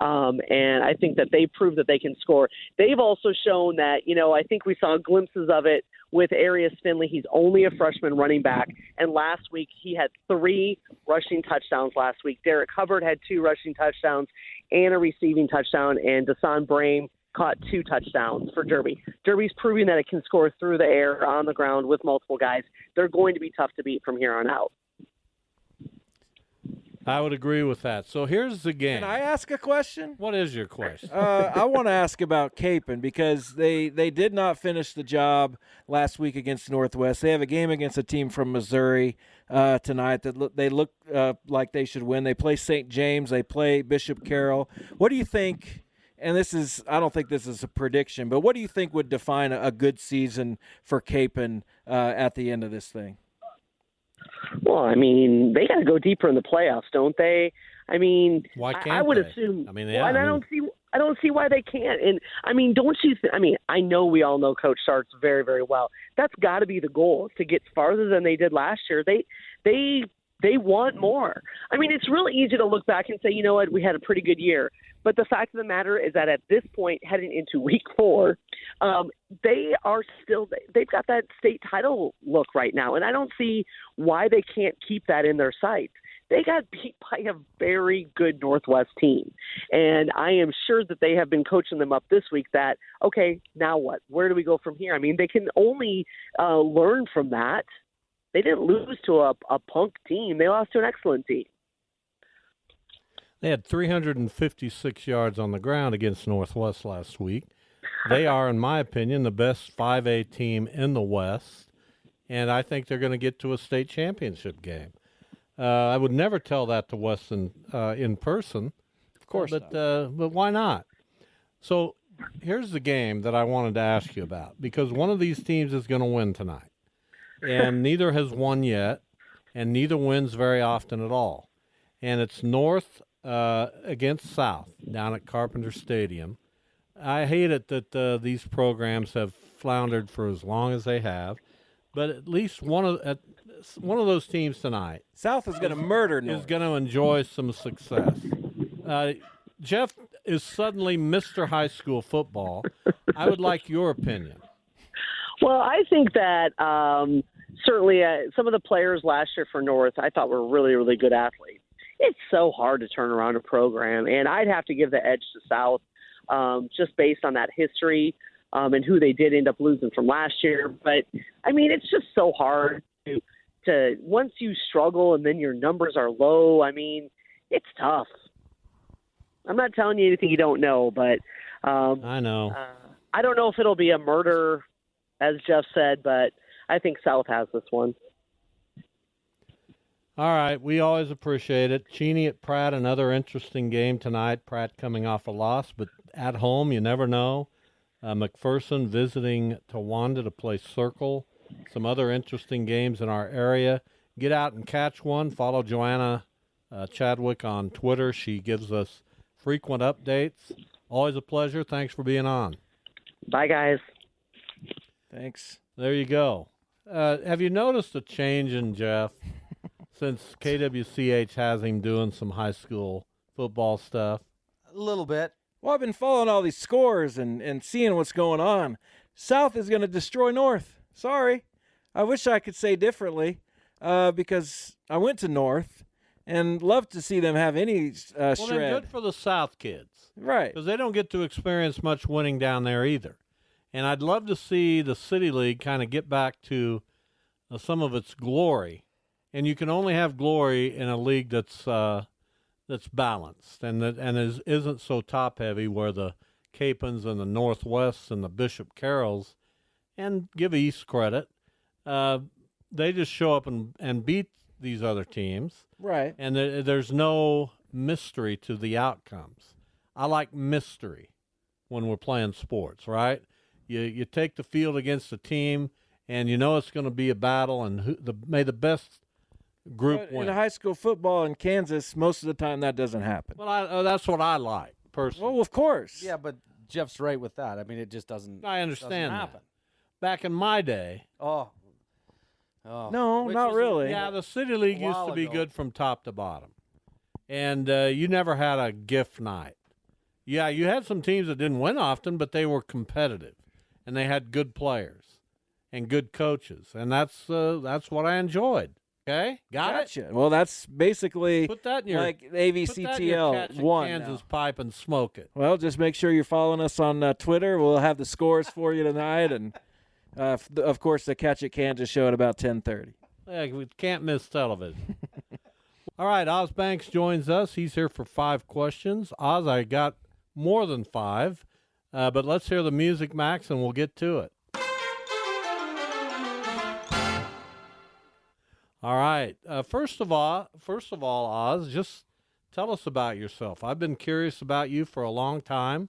[SPEAKER 13] um, and I think that they proved that they can score. They've also shown that you know I think we saw glimpses of it with Arias Finley. He's only a freshman running back, and last week he had three rushing touchdowns. Last week Derek Hubbard had two rushing touchdowns and a receiving touchdown, and Dasan Brame caught two touchdowns for Derby. Derby's proving that it can score through the air, on the ground, with multiple guys. They're going to be tough to beat from here on out.
[SPEAKER 7] I would agree with that. So here's the game.
[SPEAKER 9] Can I ask a question?
[SPEAKER 7] What is your question?
[SPEAKER 9] Uh, I want to ask about Capon because they they did not finish the job last week against Northwest. They have a game against a team from Missouri uh, tonight that look, they look uh, like they should win. They play St. James. They play Bishop Carroll. What do you think? And this is I don't think this is a prediction, but what do you think would define a, a good season for Capon uh, at the end of this thing?
[SPEAKER 13] Well, I mean, they got to go deeper in the playoffs, don't they? I mean,
[SPEAKER 7] Why
[SPEAKER 13] I-
[SPEAKER 7] can't
[SPEAKER 13] I, would
[SPEAKER 7] they?
[SPEAKER 13] assume.
[SPEAKER 7] I mean,
[SPEAKER 13] well,
[SPEAKER 7] yeah,
[SPEAKER 13] and
[SPEAKER 7] I
[SPEAKER 13] I, don't see. I don't see why they can't. And I mean, don't you? Th- I mean, I know we all know Coach Sark's very, very well. That's got to be the goal to get farther than they did last year. They, they, they want more. I mean, it's really easy to look back and say, you know what, we had a pretty good year. But the fact of the matter is that at this point, heading into Week Four, um, they are still they've got that state title look right now, and I don't see why they can't keep that in their sights. They got beat by a very good Northwest team, and I am sure that they have been coaching them up this week. That okay, now what? Where do we go from here? I mean, they can only uh, learn from that. They didn't lose to a, a punk team; they lost to an excellent team.
[SPEAKER 7] They had 356 yards on the ground against Northwest last week. They are, in my opinion, the best 5A team in the West, and I think they're going to get to a state championship game. Uh, I would never tell that to Weston uh, in person, of
[SPEAKER 9] course
[SPEAKER 7] but Uh, but why not? So here's the game that I wanted to ask you about because one of these teams is going to win tonight, and neither has won yet, and neither wins very often at all. And it's North uh, against South down at Carpenter Stadium. I hate it that uh, these programs have floundered for as long as they have, but at least one of at, one of those teams tonight,
[SPEAKER 9] South is going to murder
[SPEAKER 7] is
[SPEAKER 9] North.
[SPEAKER 7] going to enjoy some success. Uh, Jeff is suddenly Mr. High School Football. I would like your opinion.
[SPEAKER 13] Well, I think that um, certainly uh, some of the players last year for North I thought were really, really good athletes. It's so hard to turn around a program, and I'd have to give the edge to South um, just based on that history um, and who they did end up losing from last year. But I mean, it's just so hard to to once you struggle and then your numbers are low. I mean, it's tough. I'm not telling you anything you don't know, but um,
[SPEAKER 7] I know.
[SPEAKER 13] I don't know if it'll be a murder, as Jeff said, but I think South has this one.
[SPEAKER 7] All right, we always appreciate it. Cheney at Pratt, another interesting game tonight. Pratt coming off a loss, but at home, you never know. Uh, McPherson visiting Tawanda to play Circle. some other interesting games in our area. Get out and catch one. Follow Joanna uh, Chadwick on Twitter. She gives us frequent updates. Always a pleasure. Thanks for being on.
[SPEAKER 14] Bye, guys.
[SPEAKER 9] Thanks.
[SPEAKER 7] There you go. Uh, have you noticed a change in Jeff since KWCH has him doing some high school football stuff?
[SPEAKER 15] A little bit.
[SPEAKER 9] Well, I've been following all these scores and, and seeing what's going on. South is going to destroy North. Sorry. I wish I could say differently uh, because I went to North and love to see them have any uh,
[SPEAKER 7] well,
[SPEAKER 9] shred.
[SPEAKER 7] then good for the South kids.
[SPEAKER 9] Right.
[SPEAKER 7] Because they don't get to experience much winning down there either. And I'd love to see the City League kind of get back to uh, some of its glory. And you can only have glory in a league that's uh, that's balanced and that and is isn't so top heavy where the Capons and the Northwests and the Bishop Carrolls and give East credit, uh, they just show up and, and beat these other teams.
[SPEAKER 9] Right.
[SPEAKER 7] And there, there's no mystery to the outcomes. I like mystery when we're playing sports, right? You you take the field against a team, and you know it's going to be a battle, and who, the may the best group
[SPEAKER 9] But
[SPEAKER 7] win.
[SPEAKER 9] In high school football in Kansas, most of the time that doesn't happen.
[SPEAKER 7] well, I, uh, that's what I like personally.
[SPEAKER 9] Well, of course.
[SPEAKER 15] Yeah, but Jeff's right with that. I mean, it just doesn't.
[SPEAKER 7] I understand
[SPEAKER 15] doesn't
[SPEAKER 7] that.
[SPEAKER 15] happen.
[SPEAKER 7] Back in my day,
[SPEAKER 15] Oh. Oh.
[SPEAKER 9] No,
[SPEAKER 15] Which
[SPEAKER 9] not
[SPEAKER 15] was a-
[SPEAKER 9] really.
[SPEAKER 7] yeah, the city league used
[SPEAKER 15] while
[SPEAKER 7] to be
[SPEAKER 15] ago.
[SPEAKER 7] good from top to bottom, and uh, you never had a gift night. Yeah, you had some teams that didn't win often, but they were competitive, and they had good players and good coaches, and that's uh, that's what I enjoyed. Okay, got it.
[SPEAKER 9] Gotcha. Well, that's basically
[SPEAKER 7] Put that in your
[SPEAKER 9] like
[SPEAKER 7] put that in your
[SPEAKER 9] AVCTL
[SPEAKER 7] catch a
[SPEAKER 9] one.
[SPEAKER 7] Kansas pipe and smoke it.
[SPEAKER 9] Well, just make sure you're following us on uh, Twitter. We'll have the scores for you tonight, and uh, f- of course, the Catch It Kansas show at about ten thirty.
[SPEAKER 7] Yeah, we can't miss television. All right, Oz Banks joins us. He's here for five questions. Oz, I got more than five, uh, but let's hear the music, Max, and we'll get to it. All right. Uh, first of all, first of all, Oz, just tell us about yourself. I've been curious about you for a long time.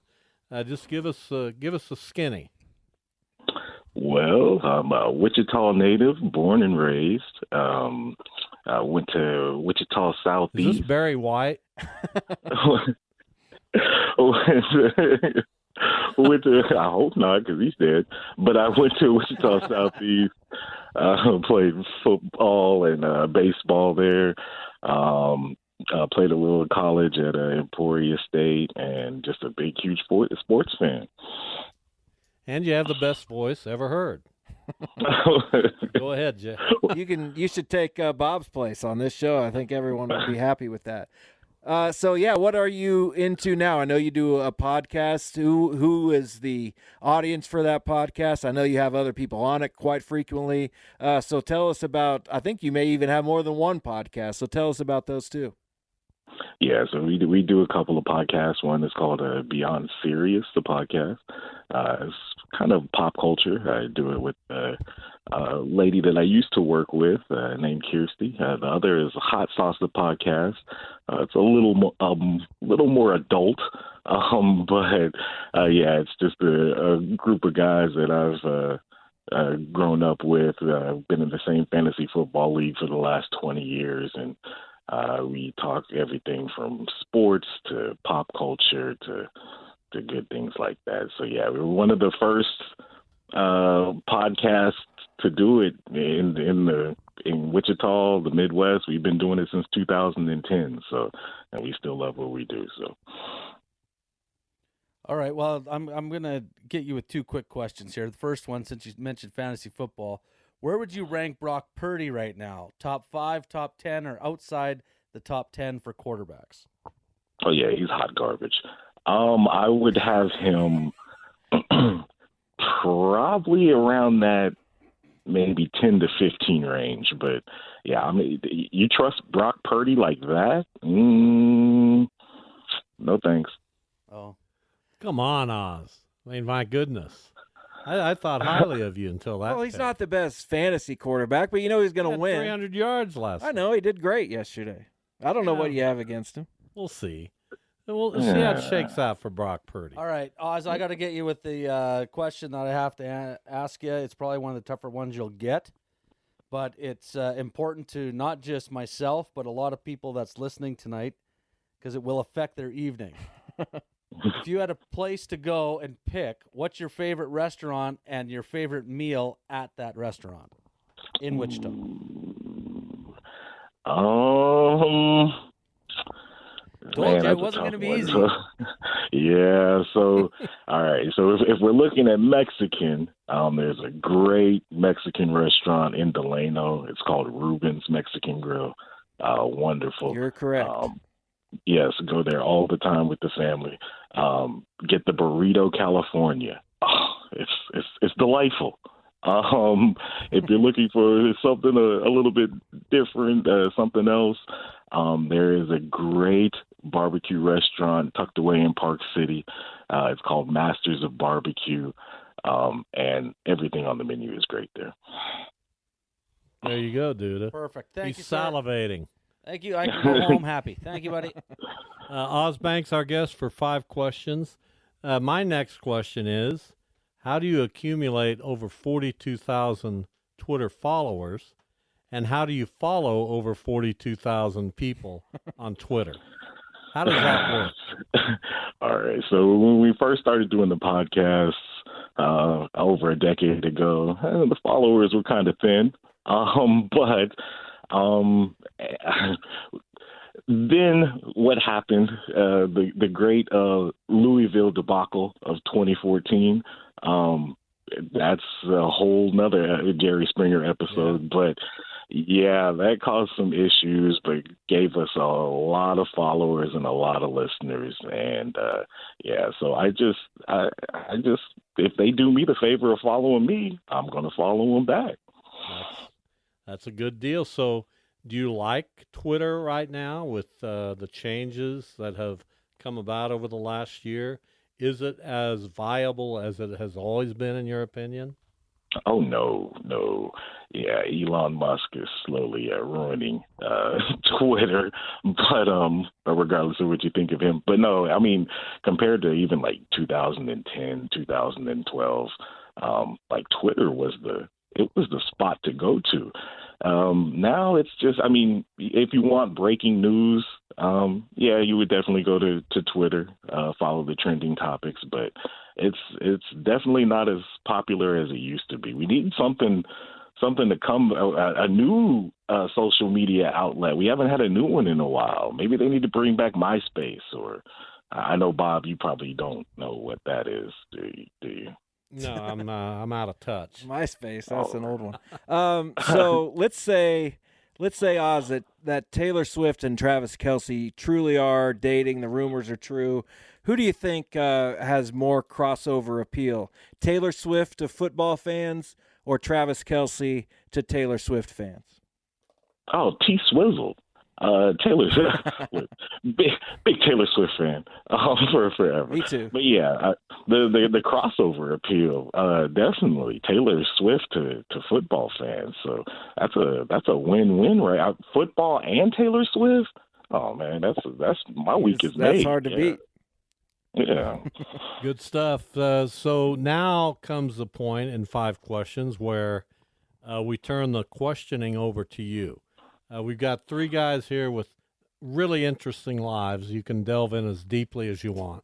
[SPEAKER 7] Uh, just give us uh, give us a skinny.
[SPEAKER 6] Well, I'm a Wichita native, born and raised. Um, I went to Wichita
[SPEAKER 7] Is
[SPEAKER 6] Southeast.
[SPEAKER 7] this Barry White?
[SPEAKER 6] went to, I hope not, because he's dead. But I went to Wichita Southeast, uh, played football and uh, baseball there. Um, uh, played a little college at uh, Emporia State, and just a big, huge sport, sports fan.
[SPEAKER 7] And you have the best voice ever heard. Go ahead, Jeff.
[SPEAKER 9] you can you should take uh, Bob's place on this show. I think everyone would be happy with that. Uh, so yeah, what are you into now? I know you do a podcast. Who who is the audience for that podcast? I know you have other people on it quite frequently. Uh, so tell us about. I think you may even have more than one podcast. So tell us about those two.
[SPEAKER 6] Yeah, so we do, we do a couple of podcasts. One is called uh, Beyond Serious, the podcast. Uh, it's kind of pop culture. I do it with uh, a lady that I used to work with uh, named Kirsty. Uh, the other is Hot Sauce, the podcast. Uh, it's a little more, um, little more adult, um, but uh, yeah, it's just a, a group of guys that I've. Uh, uh, grown up with, uh, been in the same fantasy football league for the last 20 years, and uh, we talk everything from sports to pop culture to to good things like that. So yeah, we were one of the first uh, podcasts to do it in in the in Wichita, the Midwest. We've been doing it since 2010. So and we still love what we do. So
[SPEAKER 15] All right. Well, I'm I'm gonna get you with two quick questions here. The first one, since you mentioned fantasy football, where would you rank Brock Purdy right now? Top five, top ten, or outside the top ten for quarterbacks?
[SPEAKER 6] oh yeah, he's hot garbage. Um, I would have him probably around that maybe 10 to 15 range. But yeah, I mean, you trust Brock Purdy like that? Mm, no thanks.
[SPEAKER 15] Oh,
[SPEAKER 7] Come on, Oz. I mean, my goodness. I, I thought highly of you until that.
[SPEAKER 9] Well, he's
[SPEAKER 7] pick.
[SPEAKER 9] not the best fantasy quarterback, but you know he's going
[SPEAKER 7] He
[SPEAKER 9] to
[SPEAKER 7] had
[SPEAKER 9] win.
[SPEAKER 7] 300 yards last.
[SPEAKER 9] I know he did great yesterday. I don't know what
[SPEAKER 7] Yeah.
[SPEAKER 9] you have against him.
[SPEAKER 7] We'll see.
[SPEAKER 16] We'll see how it shakes out for Brock Purdy.
[SPEAKER 6] All right, Oz, I got to get you with the uh, question that I have to a- ask you. It's probably one of the tougher ones you'll get, but it's uh, important to not just myself, but a lot of people that's listening tonight because it will affect their evening. if you had a place to go and pick, what's your favorite restaurant and your favorite meal at that restaurant in Wichita?
[SPEAKER 7] Um,
[SPEAKER 6] Told you it
[SPEAKER 7] that's a
[SPEAKER 6] wasn't
[SPEAKER 7] tough
[SPEAKER 6] gonna be
[SPEAKER 7] one.
[SPEAKER 6] easy.
[SPEAKER 7] yeah. So, all right. So if, if we're looking at Mexican, um, there's a great Mexican restaurant in Delano. It's called Ruben's Mexican Grill. Uh, wonderful.
[SPEAKER 9] You're correct.
[SPEAKER 7] yes, go there all the time with the family. Um, get the burrito California. Oh, it's it's it's delightful. Um, if you're looking for something a, a little bit different, uh, something else, um, there is a great barbecue restaurant tucked away in Park City. Uh, it's called Masters of Barbecue, um, and everything on the menu is great there.
[SPEAKER 16] There you go, dude.
[SPEAKER 6] Perfect. Thank
[SPEAKER 16] He's
[SPEAKER 6] you, sir.
[SPEAKER 16] salivating.
[SPEAKER 6] Thank you. I can go home happy. Thank you, buddy.
[SPEAKER 16] Uh, Oz Banks, our guest for five questions. Uh, my next question is How do you accumulate over 42,000 Twitter followers? And how do you follow over 42,000 people on Twitter? How does that work?
[SPEAKER 7] All right. So when we first started doing the podcast uh, over a decade ago, eh, the followers were kind of thin. Um, but um, then what happened? Uh, the the great uh, Louisville debacle of 2014. Um, that's a whole nother Gary Springer episode, but. Yeah, that caused some issues, but gave us a lot of followers and a lot of listeners. And uh, yeah, so I just, I, I just, if they do me the favor of following me, I'm gonna follow them back.
[SPEAKER 16] That's a good deal. So, do you like Twitter right now with uh, the changes that have come about over the last year? Is it as viable as it has always been, in your opinion?
[SPEAKER 7] Oh no, no, yeah, Elon Musk is slowly uh, ruining uh, Twitter. But um, but regardless of what you think of him, but no, I mean, compared to even like 2010, 2012, um, like Twitter was the it was the spot to go to. Um, now it's just, I mean, if you want breaking news, um, yeah, you would definitely go to, to Twitter, uh, follow the trending topics, but it's it's definitely not as popular as it used to be. We need something something to come a, a new uh, social media outlet. We haven't had a new one in a while. Maybe they need to bring back MySpace or I know Bob, you probably don't know what that is, do you? Do you?
[SPEAKER 16] No, I'm uh, I'm out of touch.
[SPEAKER 9] MySpace, that's an old one. Um, so let's say, let's say Oz that that Taylor Swift and Travis Kelsey truly are dating. The rumors are true. Who do you think uh, has more crossover appeal? Taylor Swift to football fans or Travis Kelsey to Taylor Swift fans?
[SPEAKER 7] Oh, T Swizzle. Uh, Taylor, big big Taylor Swift fan um, for forever.
[SPEAKER 9] Me too.
[SPEAKER 7] But yeah, I, the, the the crossover appeal, uh, definitely Taylor Swift to, to football fans. So that's a that's a win win, right? I, football and Taylor Swift. Oh man, that's that's my week is
[SPEAKER 9] that's
[SPEAKER 7] made.
[SPEAKER 9] hard to
[SPEAKER 7] Yeah.
[SPEAKER 9] beat.
[SPEAKER 7] Yeah.
[SPEAKER 16] Good stuff. Uh, so now comes the point in five questions where uh, we turn the questioning over to you. Uh, we've got three guys here with really interesting lives. You can delve in as deeply as you want.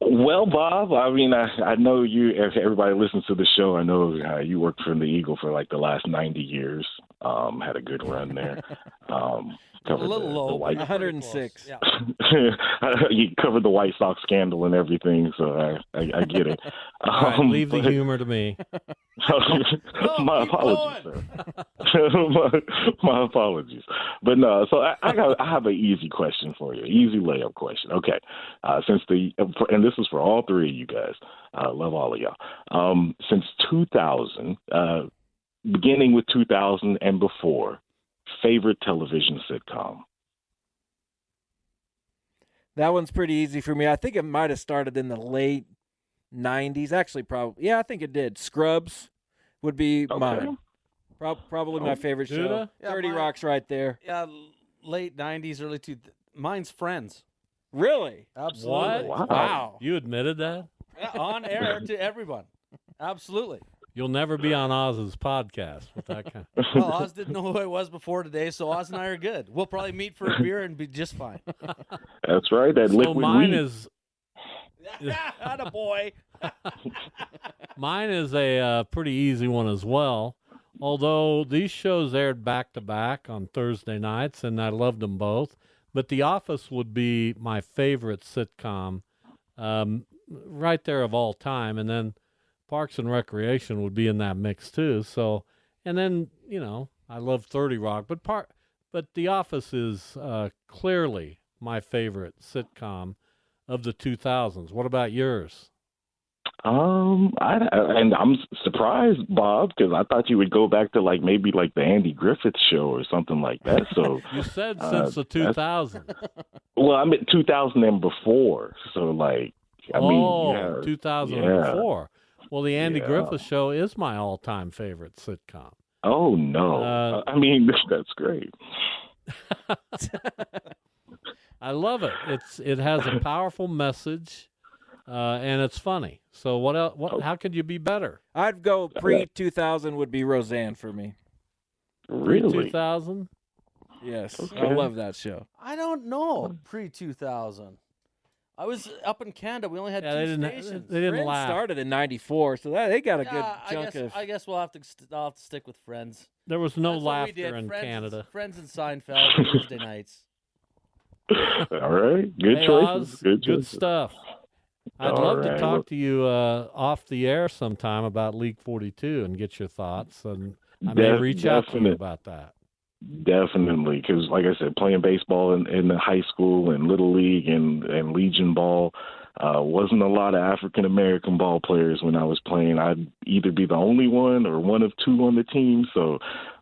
[SPEAKER 7] Well, Bob, I mean, I, I know you. Everybody listens to the show. I know uh, you worked for the Eagle for like the last ninety years. Um, had a good run there. Um, covered
[SPEAKER 9] A little
[SPEAKER 7] the,
[SPEAKER 9] low,
[SPEAKER 7] the
[SPEAKER 9] but
[SPEAKER 7] White.
[SPEAKER 9] 106.
[SPEAKER 7] you covered the White Sox scandal and everything, so I I, I get it.
[SPEAKER 16] All right,
[SPEAKER 7] Um,
[SPEAKER 16] leave the
[SPEAKER 7] but-
[SPEAKER 16] humor to me.
[SPEAKER 7] my apologies, sir. my, my apologies. But no, so I, I, got, I have an easy question for you, easy layup question. Okay, uh, since the and this is for all three of you guys. Uh, love all of y'all. Um, since 2000, uh, beginning with 2000 and before, favorite television sitcom.
[SPEAKER 9] That one's pretty easy for me. I think it might have started in the late '90s. Actually, probably yeah, I think it did. Scrubs would be mine. Prob- probably my
[SPEAKER 6] Oh.
[SPEAKER 9] favorite
[SPEAKER 6] Dude, uh,
[SPEAKER 9] show.
[SPEAKER 6] yeah,
[SPEAKER 9] Thirty
[SPEAKER 6] mine-
[SPEAKER 9] Rock's right there.
[SPEAKER 6] Yeah, l- late '90s, early two. Mine's Friends.
[SPEAKER 9] Really?
[SPEAKER 6] Absolutely.
[SPEAKER 7] What? Wow. You admitted that?
[SPEAKER 6] Yeah, on air to everyone. Absolutely.
[SPEAKER 7] You'll never be on Oz's podcast with that kind. Of...
[SPEAKER 6] Well, Oz didn't know who I was before today, so Oz and I are good. We'll probably meet for a beer and be just fine.
[SPEAKER 14] That's right. That
[SPEAKER 7] so
[SPEAKER 14] liquid
[SPEAKER 7] mine
[SPEAKER 14] weed.
[SPEAKER 7] is
[SPEAKER 6] Not a boy.
[SPEAKER 7] mine is a uh, pretty easy one as well. Although these shows aired back to back on Thursday nights, and I loved them both. But The Office would be my favorite sitcom, um, right there of all time. And then Parks and Recreation would be in that mix too. So, and then you know I love Thirty Rock, but part but The Office is uh, clearly my favorite sitcom of the 2000s. What about yours?
[SPEAKER 14] Um, I and I'm surprised, Bob, because I thought you would go back to like maybe like the Andy Griffith show or something like that. So
[SPEAKER 7] You said
[SPEAKER 14] Uh,
[SPEAKER 7] since the
[SPEAKER 14] that's-
[SPEAKER 7] 2000s.
[SPEAKER 14] well, I'm at 2000 and before. So like, I
[SPEAKER 7] oh,
[SPEAKER 14] mean, yeah,
[SPEAKER 7] 2004. Well, the Andy
[SPEAKER 14] Yeah.
[SPEAKER 7] Griffith Show is my all-time favorite sitcom.
[SPEAKER 14] yeah. Oh no!
[SPEAKER 7] Uh,
[SPEAKER 14] I mean, that's great.
[SPEAKER 7] I love it. It's it has a powerful message, uh, and it's funny. So what else?
[SPEAKER 14] Oh.
[SPEAKER 7] What? How could you be better?
[SPEAKER 9] I'd go
[SPEAKER 14] Uh,
[SPEAKER 9] pre two thousand would be Roseanne for me.
[SPEAKER 7] Two thousand.
[SPEAKER 9] Yes, I
[SPEAKER 7] Okay.
[SPEAKER 9] love that show.
[SPEAKER 6] I don't know. Pre two thousand, I was up in Canada. We only had two stations.
[SPEAKER 9] Friends
[SPEAKER 6] laugh.
[SPEAKER 9] started in '94, so that, they got a good
[SPEAKER 6] Yeah, I
[SPEAKER 9] chunk
[SPEAKER 6] guess,
[SPEAKER 9] of.
[SPEAKER 6] I guess we'll have to. St- I'll have to stick with Friends.
[SPEAKER 7] There was no
[SPEAKER 6] That's what we
[SPEAKER 7] laughter
[SPEAKER 6] did,
[SPEAKER 7] in
[SPEAKER 6] Friends-
[SPEAKER 7] Canada.
[SPEAKER 6] Friends and Seinfeld Thursday nights.
[SPEAKER 14] All right, good
[SPEAKER 7] Hey,
[SPEAKER 14] choices.
[SPEAKER 7] Oz,
[SPEAKER 14] good
[SPEAKER 7] good
[SPEAKER 14] choices.
[SPEAKER 7] stuff. I'd
[SPEAKER 14] All
[SPEAKER 7] love to
[SPEAKER 14] right,
[SPEAKER 7] talk
[SPEAKER 14] well-
[SPEAKER 7] to you uh, off the air sometime about League 42 and get your thoughts, and I may
[SPEAKER 14] Def-
[SPEAKER 7] reach out to you
[SPEAKER 14] definite-
[SPEAKER 7] about that.
[SPEAKER 14] Definitely, because like I said, playing baseball in, in the high school and little league and and legion ball uh, wasn't a lot of African American ball players when I was playing. I'd either be the only one or one of two on the team. So,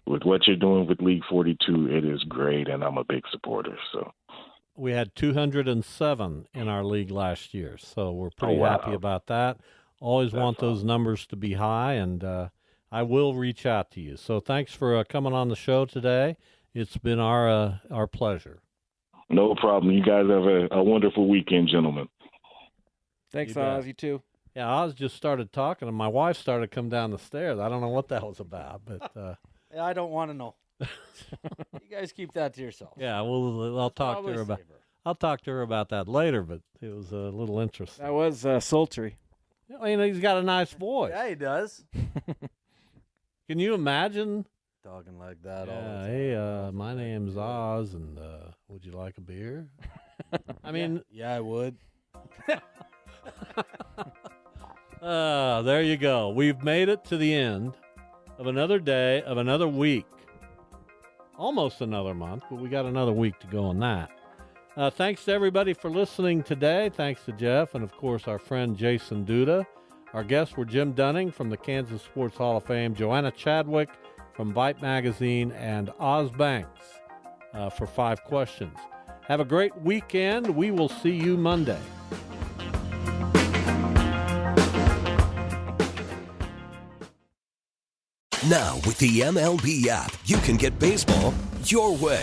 [SPEAKER 14] with what you're doing with League 42, it is great, and I'm a big supporter. So,
[SPEAKER 7] We had 207 in our league last year, so we're pretty
[SPEAKER 14] Oh, wow.
[SPEAKER 7] happy about that. Always want those numbers to be high, and uh, I will reach out to you. So thanks for uh, coming on the show today. It's been our uh, our pleasure.
[SPEAKER 14] no problem. You guys have a, a wonderful weekend, gentlemen.
[SPEAKER 9] Thanks,
[SPEAKER 7] You bet.
[SPEAKER 9] Oz. You too.
[SPEAKER 7] Yeah, Oz just started talking, and my wife started to come down the stairs. I don't know what that was about, but uh,
[SPEAKER 6] Yeah, I don't want to know. you guys keep that to yourself.
[SPEAKER 7] yeah, we'll I'll talk to
[SPEAKER 6] probably
[SPEAKER 7] her about I'll talk to her about that later. But it was a little interesting.
[SPEAKER 9] That was uh, sultry.
[SPEAKER 7] Well, you know, he's got a nice voice.
[SPEAKER 6] Yeah, he does.
[SPEAKER 7] Can you imagine?
[SPEAKER 6] Talking like that all the
[SPEAKER 7] Yeah,
[SPEAKER 6] time.
[SPEAKER 7] hey, uh, my name's Oz, and uh, would you like a beer? I mean,
[SPEAKER 6] yeah, I would.
[SPEAKER 7] Uh, there you go. We've made it to the end of another day of another week. Almost another month, but we got another week to go on that. Uh, thanks to everybody for listening today. Thanks to Jeff and, of course, our friend Jason Duda. Our guests were Jim Dunning from the Kansas Sports Hall of Fame, Joanna Chadwick from Byte Magazine, and Oz Banks uh, for five questions. Have a great weekend. We will see you Monday.
[SPEAKER 4] Now, with the MLB app, you can get baseball your way.